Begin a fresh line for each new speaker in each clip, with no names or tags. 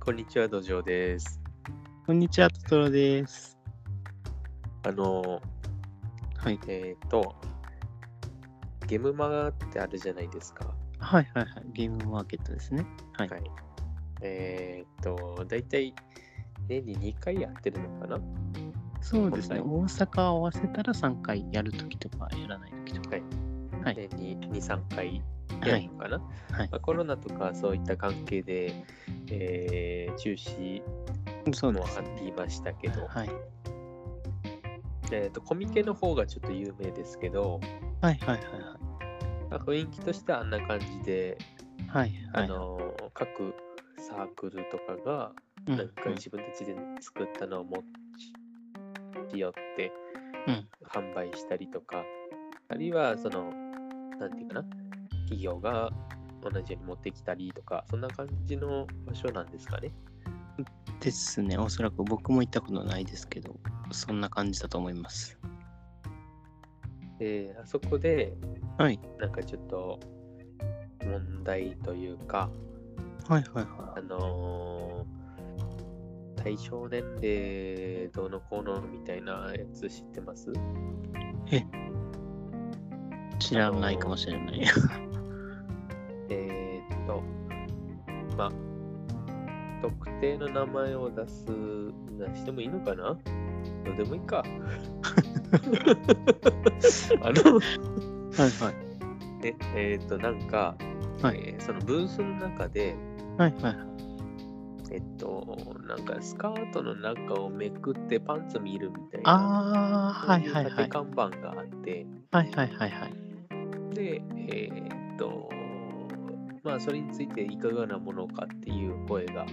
こんにちは、土壌です。
こんにちは、トトロです。
あの、
はい。
えっ、と、ゲームマガってあるじゃないですか。
はいはいはい。ゲームマーケットですね。はい
えっ、と、だいたい年に2回やってるのかな
そうですね。
はい
大阪合わせたら3回やるときとか、やらないときと
は
か。
い。
はい
年に2、3回
は
やる
い。
のかな、
はい
まあ、コロナとかそういった関係で、えー中止
そう
も
です
あ。りましたけど、
はい。
えっ、と、コミケの方がちょっと有名ですけど、
はいはいはい
まあ雰囲気としてはあんな感じで、
はい。はい。
あの各サークルとかが
うん、
なんか自分たちで作ったのを持ち寄って
うん
販売したりとか、あるいはそのなんていうかな企業が同じように持ってきたりとかそんな感じの場所なんですかね。
うんですね。おそらく僕も行ったことないですけど、そんな感じだと思います。
であそこで
はい。
なんかちょっと問題というか
はいはいは
あのー対象年齢どうのこうのみたいなやつ知ってます
い。知らないかもしれない。
えーっと、まあ、特定の名前を出す、出してもいいのかなどうでもいい か。あの、
はいはい。
ね、えーっと、なんか、
はい
えーそのブースの中で、
はいはいはい。
えっと、なんかスカートの中をめくってパンツ見るみたいな、
ああ、
そう
はいいうはいは
縦
い。
看板があって、
はいはいはいはい。
で、えーっと、まあ、それについていかがなものかっていう声があっ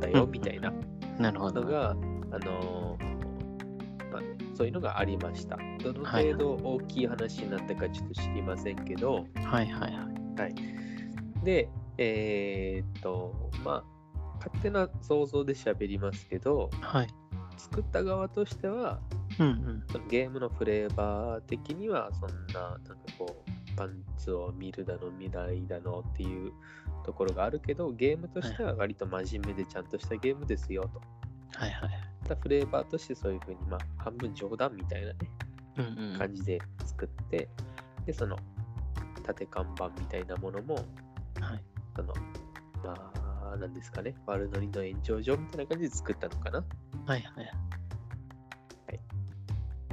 たよ、みたいな。
なるほど
の。が、あのーまあ、そういうのがありました。どの
はい
程度大きい話になったかちょっと知りませんけど、
はいはいはい。
で、えーっと、まあ、勝手な想像で喋りますけど、
はい。
作った側としては、
うんうん。
そのゲームのフレーバー的には、そんな、なんかこう、パンツを見るだの、見ないだのっていうところがあるけど、ゲームとしては割と真面目でちゃんとしたゲームですよと。
はいはい。
ったフレーバーとしてそういう風にまあ半分冗談みたいなね
うんうん。
感じで作ってでその縦看板みたいなものも
はい。
そのまあ何ですかね悪ノリの延長上みたいな感じで作ったのかな
はいはい。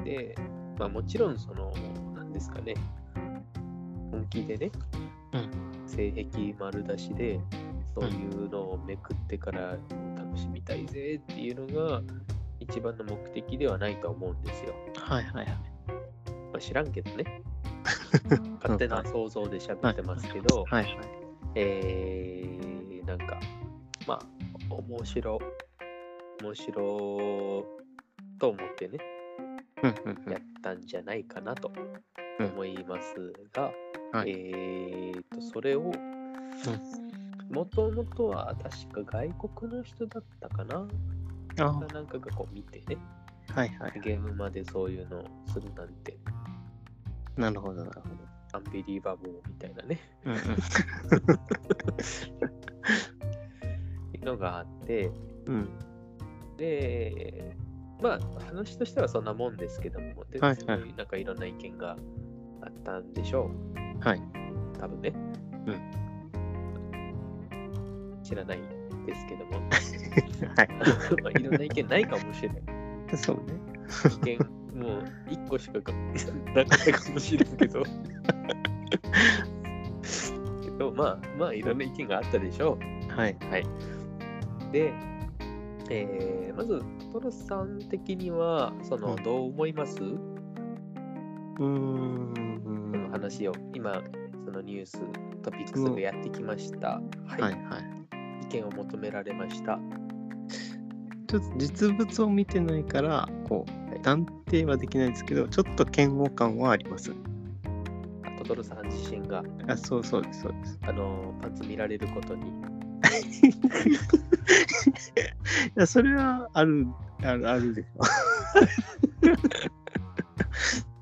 でまあもちろんその何ですかね本気でね、
うん
性癖丸出しでそういうのをめくってから楽しみたいぜっていうのが一番の目的ではないと思うんですよ
はいはいはい。
まあ、知らんけど ね。勝手な想像で喋ってますけど、
はいはい。
えー、なんか、まあ、面白、面白と思ってね、
うんうんうん
やったんじゃないかなと
うん
思いますが、
はい
えーと、それを、もともとは確か外国の人だったかな、
あ
がなんかがこう見てね、
はいはい。
ゲームまでそういうのをするなんて、
なるほどなるほど。
アンビリーバボーみたいなね。
うんう
っ
ん。
ていうのがあって
うん。
でまあ話としてはそんなもんですけどもで、
はいはい
すごいなんかいろんな意見があったんでしょ
はい。
う多分ね、知らないですけど も
はい。
まあいろんな意見ないかもしれない
そうね。
意見もう1個しかかなかったかもしれないけどけどまあまあいろんな意見があったでしょう
はい。
で、えーまずトトロさん的にはその、
うん
どう思います
うー
この
ん。
話を今そのニューストピックスがやってきました、はい、
はいはい。
意見を求められました
ちょっと実物を見てないから、こう、断定はできないですけど、ちょっと嫌悪感はあります。
トトロさん自身が
あ、そうそうです、そうです。
あのパンツ見られることに
いや、それはある、ある、あるでし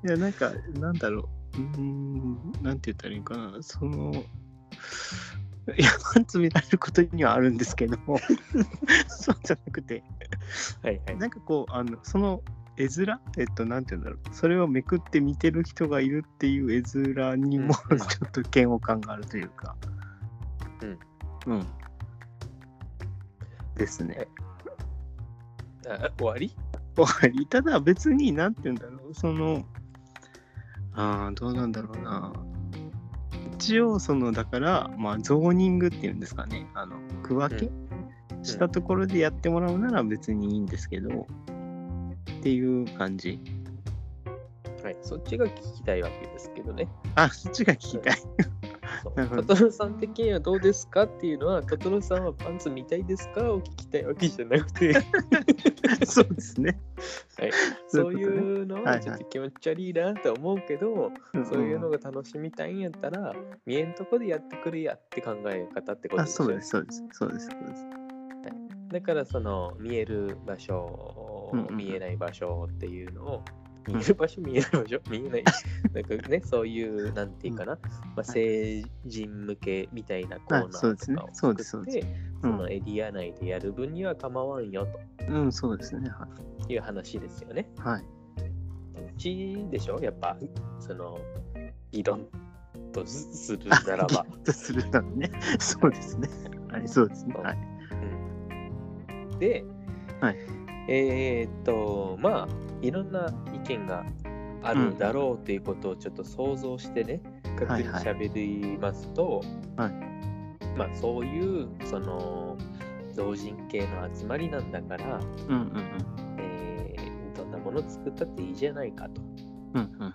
ょ。いや、なんか、なんだろう。うーん、なんて言ったらいいのかな。その、いや、パンツ見られることにはあるんですけど、 そうじゃなくて、
はいはい。
なんかこう、あの、その絵面、えっと、なんて言うんだろう、それをめくって見てる人がいるっていう絵面にも、
うん
ちょっと嫌悪感があるというか。うん。うん。ですね。
あ終わり
わかりただ別になんて言うんだろうそのああどうなんだろうな一応そのだからまあゾーニングっていうんですかねあの区分けしたところでやってもらうなら別にいいんですけどっていう感じ
はい。そっちが聞きたいわけですけどね。
あそっちが 聞きたい
そう
なるほど
トトロさん的にはどうですかっていうのは、トトロさんはパンツ見たいですかを聞きたいわけじゃなく て、
そうですね
そう
い
いううのはちょっと気持ち悪いなと思うけど、そういうの
が
が楽しみたいんやったら、見えんとこでやってくれやって考え方ってこと
あ
ですよ
そう
ね
ですそうですそうですそうです
だからその見える場所、
うんうんうん
見えない場所っていうのを見える場所、 見えない場所見え ないなんかねそういうなんていうかな、まあ、成人向けみたいなコーナー
あそうです
と
ね
かを
そ
作っ
うですそう
て
でう
そ
ん
のエリア内でやる分には構わんよ
うんそうですねは
という話ですよね。
いはい
っちでしょやっぱその議論とするならば。
ギュッとするならねそうですねはいそうですねはい
で、
はい
えーっとまあいろんな意見があるだろうということをちょっと想像してね、
は
確
い
認
はい
しゃべりますと、
はい
まあそういうその同人系の集まりなんだから、
うんうん
えーどんなもの作ったっていいじゃないかと、
うんうんうん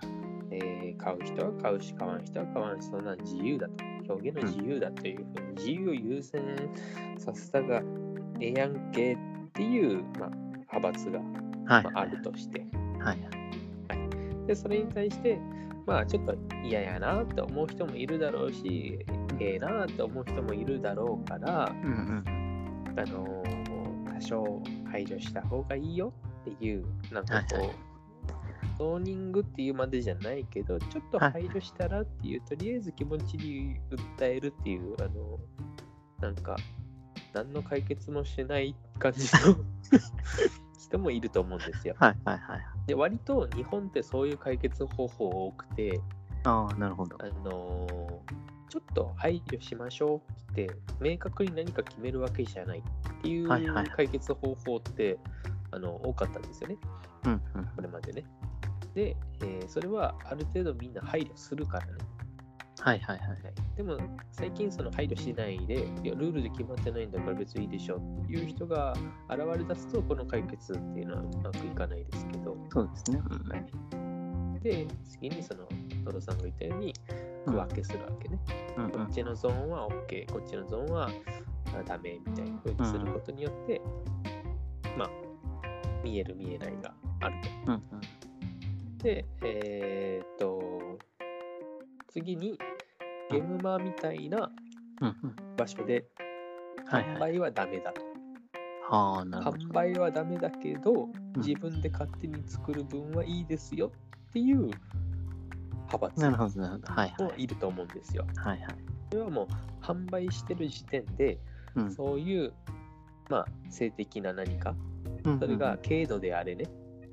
えー買う人は買うし買わん人は買わんしそんなん自由だと表現の自由だというふうに自由を優先させたがええやんけっていう、まあ、派閥が
はい
まあ、あるとして
はい
でそれに対してまあちょっと嫌やなと思う人もいるだろうしええなと思う人もいるだろうから
うんうん
あのー多少排除した方がいいよっていうなんかこう、
はいは
ゾーニングっていうまでじゃないけどちょっと
はい
排除したらっていう、とりあえず気持ちに訴えるっていうあのなんか何の解決もしない感じ の人もいると思うんですよ。
はいはいはい
で割と日本ってそういう解決方法多くて、
ああなるほど
あのーちょっと配慮しましょうって明確に何か決めるわけじゃないってい
はいはいう
解決方法って、あの多かったんですよね
うんうん
これまでね。で、えーそれはある程度みんな配慮するからね。
はいはいはい
はい、でも最近その配慮しないでいやルールで決まってないんだから別にいいでしょっていう人が現れ出すとこの解決っていうのはうまくいかないですけど。
そうですね
はい、で次にそのトロさんが言ったように区
うん
分けするわけね、
うんうんう
こっ
ん
ちのゾーンは OK こっちのゾーンはあダメみたいな風にすることによって、まあ見える見えないがある
うん
とでえーっと次にゲームマーみたいな
うんうん
場所で
はい
販
はい
売はダメだと、
はあなるほど
販売はダメだけど
ん
自分で勝手に作る分はいいですよっていう派閥
なるほどなるほどはいは
も
い
いると思うんですよ。
はいはい
販売してる時点で、
うん
そういう、まあ、性的な何か、
うん
それが軽度であれね、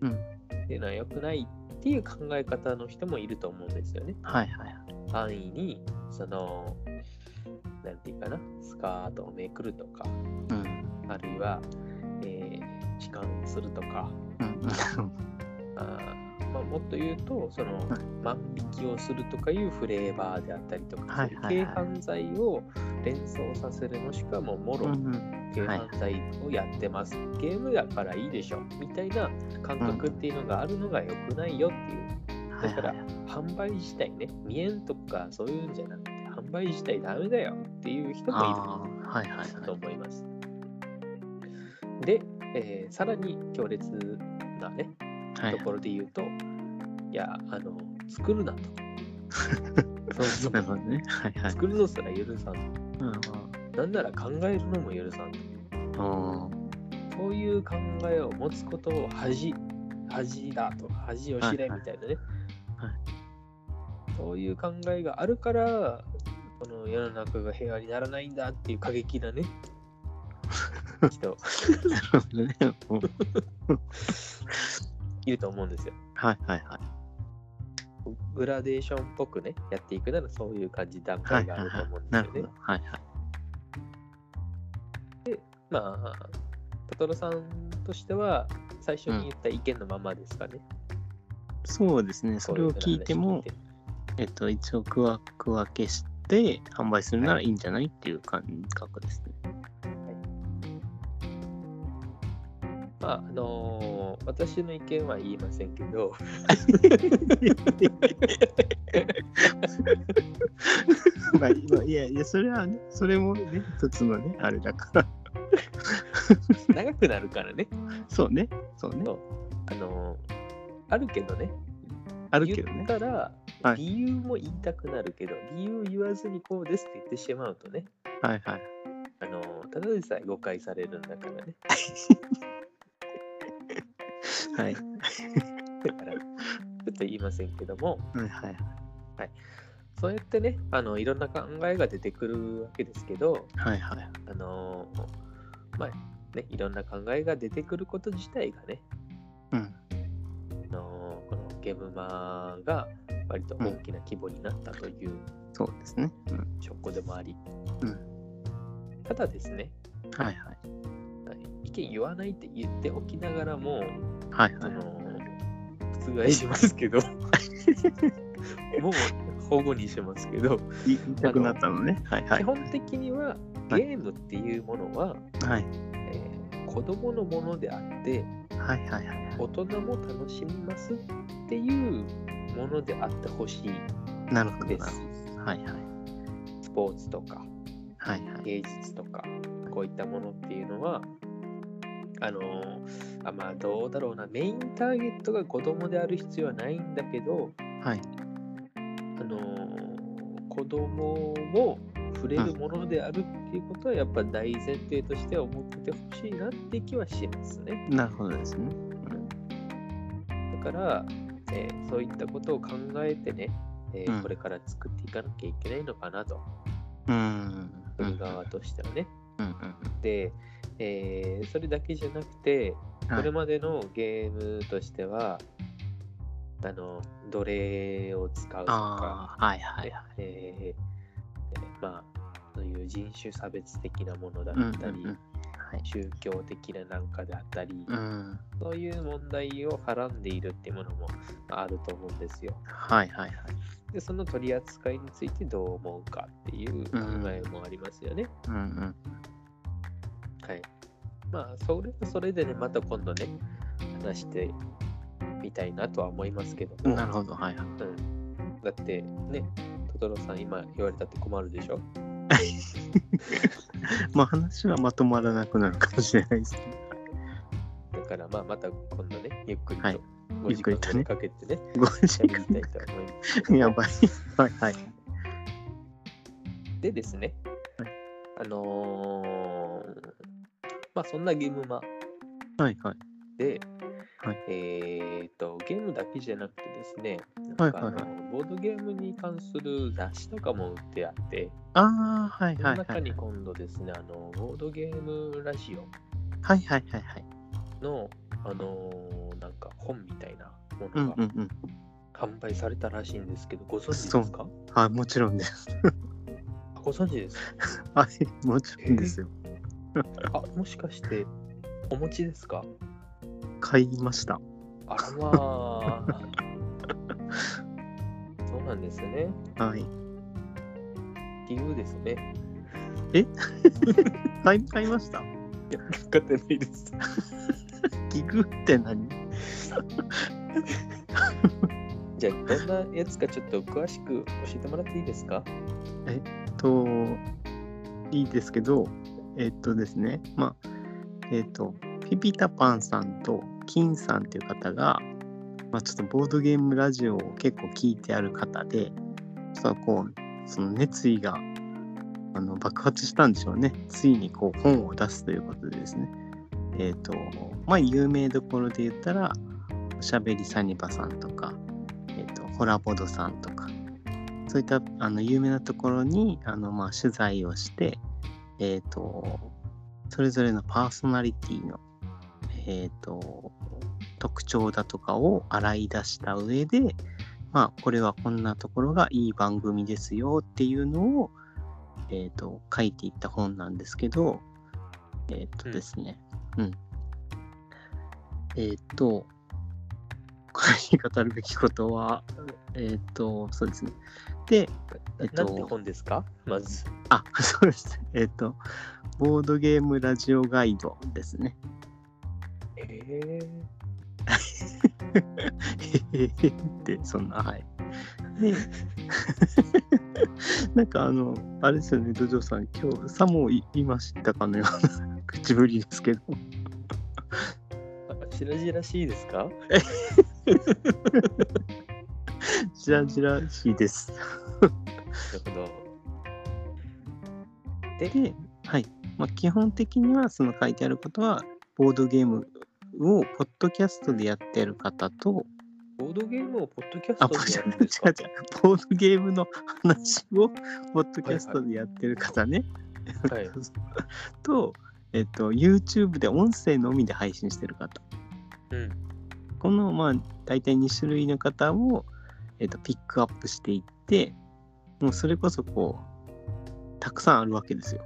うん
っていうのは良くないっていう考え方の人もいると思うんですよね。
はいはい
安易に、その、なんていうかな、スカートをめくるとか、
うん
あるいは、えー、痴漢するとか、
うんうん
あーまあ、もっと言うとその、
はい
万引きをするとかいうフレーバーであったりとか、
はいはいはい
そういう軽犯罪を連想させるもしくはもうもろ
うんうん
軽犯罪をやってます、ゲームだからいいでしょみたいな感覚っていうのがあるのが良くないよっていう、
は
だ
い
から
はい
販売自体ね見えんとかそういうんじゃなくて販売自体ダメだよっていう人もいる
あーはいはいはい
と思います。で、えーさらに強烈なね
はい
ところで言うと、いや、あの、作るな と。そもそ
な
も
るほどねはいはい
作るのすら許さん。
うん
なんなら考えるのも許さん。
あ
そういう考えを持つことを恥、恥だと、恥を知れ
はいはい
みたいなね。
はい
そういう考えがあるから、この世の中が平和にならないんだっていう過激 なね人
なるほどね。うん
いると思うんですよ
はいはいはい。
グラデーションっぽくねやっていくならそういう感じ段
は
階
い
が
は
あ
い
ると
は
思うん
い。
で
な
す
る
よ
ほ
ね、
ど。はいはい。
まあトトロさんとしては最初に言った意見のままですかね、
そうですね。それを聞いても、えっと、一応区画分けして販売するならいいんじゃないっていう感覚ですね。
まああのー私の意見は言いませんけ ど
まあ、まあいやいや、それはね、それもね、一つのね、あれだから。
長くなるからね
そうね、そうね
そ。うあのーあるけどね
あるけど
言っ
ね。
たら、
はい
理由も言いたくなるけど理由言わずにこうですって言ってしまうとね
はいはい。
あのーただでさえ誤解されるんだからね
はい
だからちょっと言いませんけども
はいはい。
そうやってねあのいろんな考えが出てくるわけですけど
はいはい。
あのまあねいろんな考えが出てくること自体がね、
うん。
あのこのゲームマが割と大きな規模になったという
そうですね。うん。
証拠でもあり、
う
ただですね
はいはい。
意見言わないって言っておきながらも、
はい
あ
はい。
の覆しますけ どもう保護にしますけど
言いたくなったのね。はいは
基
い。
本的にはゲ
はい
ームっていうものは、
はい
えー子供のものであって
はいはいは
大人も楽しみますっていうものであってほしい
い。なるほど
で
な。
す。
はいはい。
スポーツとか
はいはい。
芸術とかこういったものっていうのはあのーあまあどうだろうなメインターゲットが子供である必要はないんだけど、
はい
あのー子供を触れるものであるっていうことはやっぱ大前提として思っててほしいなって気はしますね。
なるほどですね。
だから、えーそういったことを考えてね、えー
うん
これから作っていかなきゃいけないのかなと、
うん。
作
う
る
ん
側としてはね。
うん
で、えーそれだけじゃなくて、
はい
これまでのゲームとしては、あの奴隷を使うとか、
ああ、はいはいはい。
えーまあ、そういう人種差別的なものだ
うんうん
ったり、
うん。はい。
宗教的ななんかであったり、
うん。
そういう問題をはらんでいるっていうものもまああると思うんですよ。
はいはいはい。
でその取り扱いについてどう思うかっていう考えもありますよね。
うんうん。
はい。まあそれはそれでねまた今度ね話してみたいなとは思いますけども。
なるほど、はいは
う
い。
ん、だってねトトロさん今言われたって困るでしょ。
まあ話はまとまらなくなるかもしれないですけ
だからまあまた今度ねゆっくり
はい
と5
ゆっ
時
く
間
りとね
かけてね
ど。ご時
やりた
間
いと思います。
やばい。はいはい。
でですね、あのーまあそんなゲームマ
はいはい。
で、
はい
えっとゲームだけじゃなくてですね、
はいはいはい
なんかあのボードゲームに関する雑誌とかも売ってあって、
ああ、はい
その
はいはい。は
中
い
に今度ですね、あのボードゲームラジオ
はいはいはい。
の、あのーなんか本みたいなも
うん
の
うん
が
うん。
販売されたらしいんですけど、ご存知
そう
ですか
はい、もちろんです。
あご存知ですか
はい、もちろんですよ。
あもしかしてお持ちですか
買いました。
あら まあそうなんですね。
はい。
理由ですね。
買い買いました。
買ってないです。
ギグって何
じゃあどんなやつかちょっと詳しく教えてもらっていいですか
といいですけどえっとですねまあえっとピピタパンさんと金さんっていう方が、まあ、ちょっとボードゲームラジオを結構聞いてある方でちょっとこうその熱意があの爆発したんでしょうねついにこう本を出すということでですねえっ、とまあ有名どころで言ったらおしゃべりサニバさんとか、えっとホラボドさんとかそういったあの有名なところにあの、まあ、取材をして、えー、とそれぞれのパーソナリティの、えー、と特徴だとかを洗い出した上で、まあ、これはこんなところがいい番組ですよっていうのを、えー、と書いていった本なんですけど、えっ、とですね、うん。えっ、と、これに語るべきことは、えっ、と、そうですね。で、えっ、
なんて本ですかまず。
あ、 そうです。えっ、と、ボードゲームラジオガイドですね。
え
へへへって、そんな、はい。で、 なんかあの、あれですよね、ドジョーさん、今日、さも言いましたかのような 口ぶりですけど。
ー、白々しいですか
じらじらしいです。
なるほど。
で、はいまあ、基本的にはその書いてあることはボードゲームをポッドキャストでやってる方と
ボードゲームをポッドキャ
あ
ス
ボ
トでや
ー
るん
ド違う違
ですか
うボードゲームの話をポッドキャストでやってる方ね、
はい
と,、えっと YouTube で音声のみで配信してる方
うん。
このまあ大体2種類の方を、えっとピックアップしていってもうそれこそこうたくさんあるわけですよ。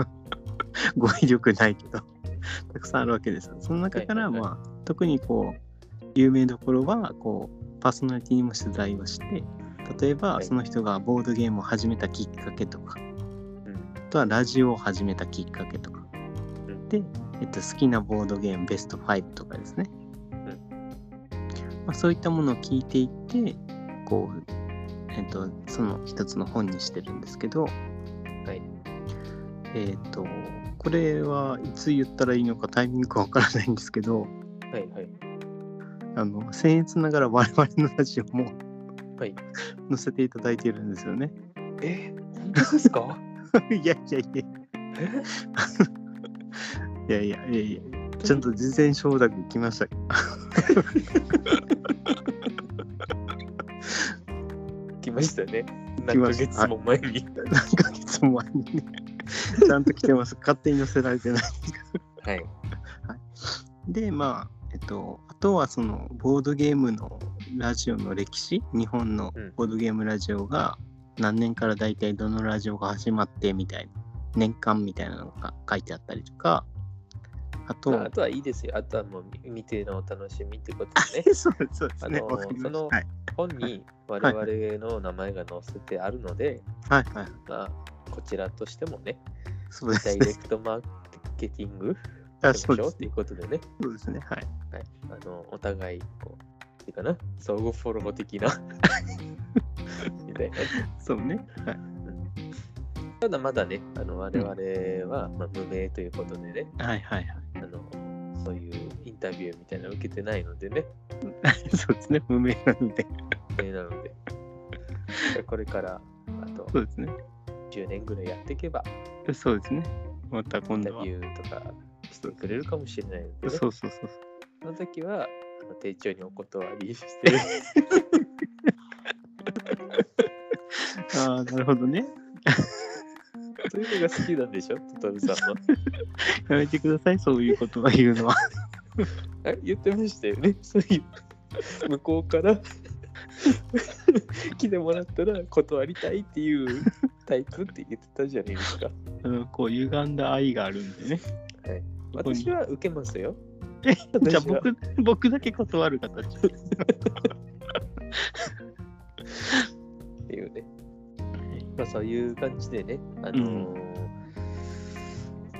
語彙力ないけどたくさんあるわけですよ。その中から、
はいはいは
まあ、特にこう有名どころはこうパーソナリティにも取材をして例えば、
はい
その人がボードゲームを始めたきっかけとか、
ん
あとはラジオを始めたきっかけとか、
うん
で、えっと、好きなボードゲームベスト5とかですね、まあ、そういったものを聞いていってこう、えっと、その一つの本にしてるんですけど、
い
えっとこれはいつ言ったらいいのかタイミングがわからないんですけど
はいはい。
あの僭越ながら我々のラジオも
はい
載せていただいているんですよね。
えー、本当ですか
いやいやいや。いやいやいやいや。ちゃんと事前承諾来ました。
来ましたね。
来
何ヶ
ました
月も前に。
何ヶ月も前にね。ちゃんと来てます。勝手に載せられてない。
はい。
で、まあ、えっと、あとはそのボードゲームのラジオの歴史、日本の
うん
ボードゲームラジオが何年から大体どのラジオが始まってみたいな、年間みたいなのが書いてあったりとか、あと、。
ああとはいいですよ。あとはもう見見てのお楽しみってことですね
そうですそうですね。
あのー
わかりま
そ
し
の
たはい
本に我々の名前が載せてあるので、
はいはい。
まあ、こちらとしても ね、
そうです
ダイ
ね。
レクトマーケティング
あ
し
そ
まし
うで
ょう
す
っていうことでね、
そうですね。はい。
はい、あのお互いこう、っていうかな、相互フォロー的な みたいな。
そうね。はい。
ただまだね、あの我々は、まあ、無名ということでね
はいはい は
あの、そういうインタビューみたいなの受けてないのでね、
い。そうですね。無名なんで。
無名なので、 これからあと
そうですね。
10年ぐらいやっていけば、
そうですね。また
イ
今
ンタ
度は
ビ。ューとかしてくれるかもしれないので、ね、
そ
そう
そうそうそう。
の時はあの丁重にお断り して、
ああ、なるほどね。
そういうのが好きなんでしょ、トトルさんは。
やめてください。そういうことは言うのは。
あ言って ましたよね、そういう向こうから 来てもらったら断りたいっていうタイプって言ってたじゃないですか。
あのこう歪んだ愛があるんでね。ここに
私は受けますよ。
えじゃあ
私は
僕 僕だけ断る形。
っていうね。まあそういう感じでね、あのー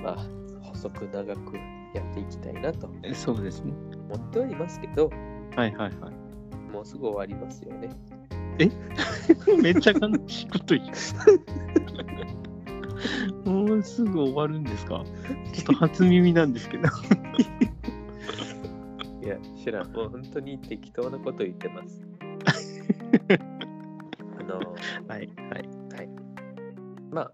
まあ細く長くやっていきたいなと
そうですね。
思ってはいますけど、
はいはいは
もうすぐ終わりますよね。
い。めっちゃ悲しいこと言う。 もうすぐ終わるんですかちょっと初耳なんですけ ど。
いや、知らん。もう本当に適当なこと言ってます。 あのー
はいはい。
まあ、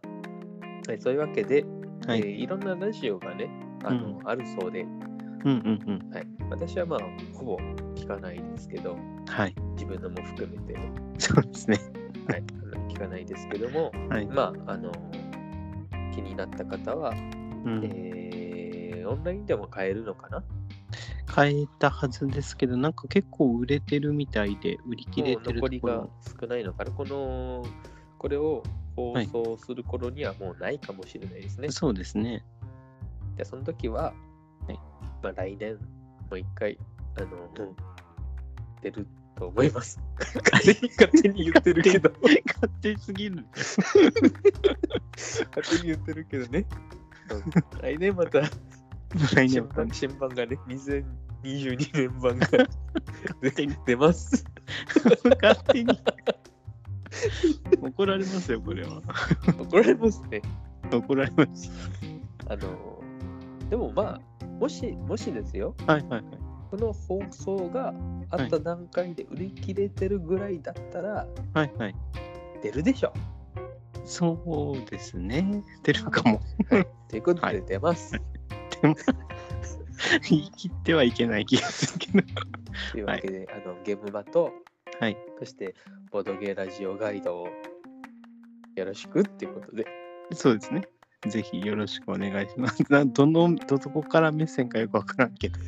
はいそういうわけで、
はい
いえーいろんなラジオがね、あのあるそうで、
うんうん
はい、私はまあ、ほぼ聞かないですけど、
うん。はい。
自分のも含めて、
そうですね。
はい、あの聞かないですけども、
はい。
まあ、あの、気になった方は、
うん、
えーオンラインでも買えるのかな
変えたはずですけど、なんか結構売れてるみたいで、売り切れ
もう
てる
残
と
り
こ
が
ろ。
少ないのかなこの、これを放送する頃にはもうないかもしれないですね。
そうです ね。
で、その時は、
はい
まあ来年、もう一回、あの、出ると思います。勝手に勝手に言ってるけど、
勝手すぎる。
勝手に言ってるけどね。うん来年また
来
新
年は
版新版がね、2022年版が出て出ます。
勝手に。怒られますよ、これは。
怒られますね。
怒られます。
あの、でもまあ、もし、もしですよ、
はいはいはい。
この放送があった段階で売り切れてるぐらいだったら、
はいはい。
出るでしょ。
そうですね。出るかも。
ということ
は
で
い
出ます。
言い切ってはいけない気がするけど。
というわけで、あのゲームマと、
はい。
そして、ボードゲーラジオガイドをよろしくっていうことで、
そうですね。ぜひよろしくお願いします。などの、どこから目線かよくわからんけど。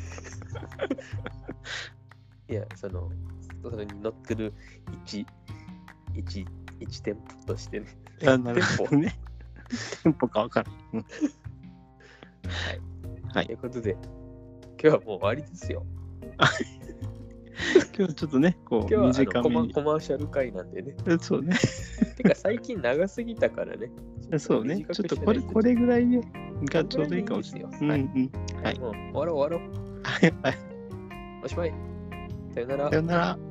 いや、その、それに載ってる一、一、一店舗としてね。
あなる ほどね。テンポかわからん。はい
ということで、今日はもう終わりですよ。
今日ちょっとね、こう、
今日はあ
短
のコ
め
マ
に。
コマーシャル回なんでね。
そうね。
てか最近長すぎたからね。
そうね。
短く
ちょっと
して
こ
ない
れ、これぐらいねがち
こ
ょ
れぐらいでい
うどいいか
い
も
で
し
す
れ
よ。
ない。うんうん。はい
もう終わろう終わろ
はいはい。
う。おしまい。さよなら
さ。よなら。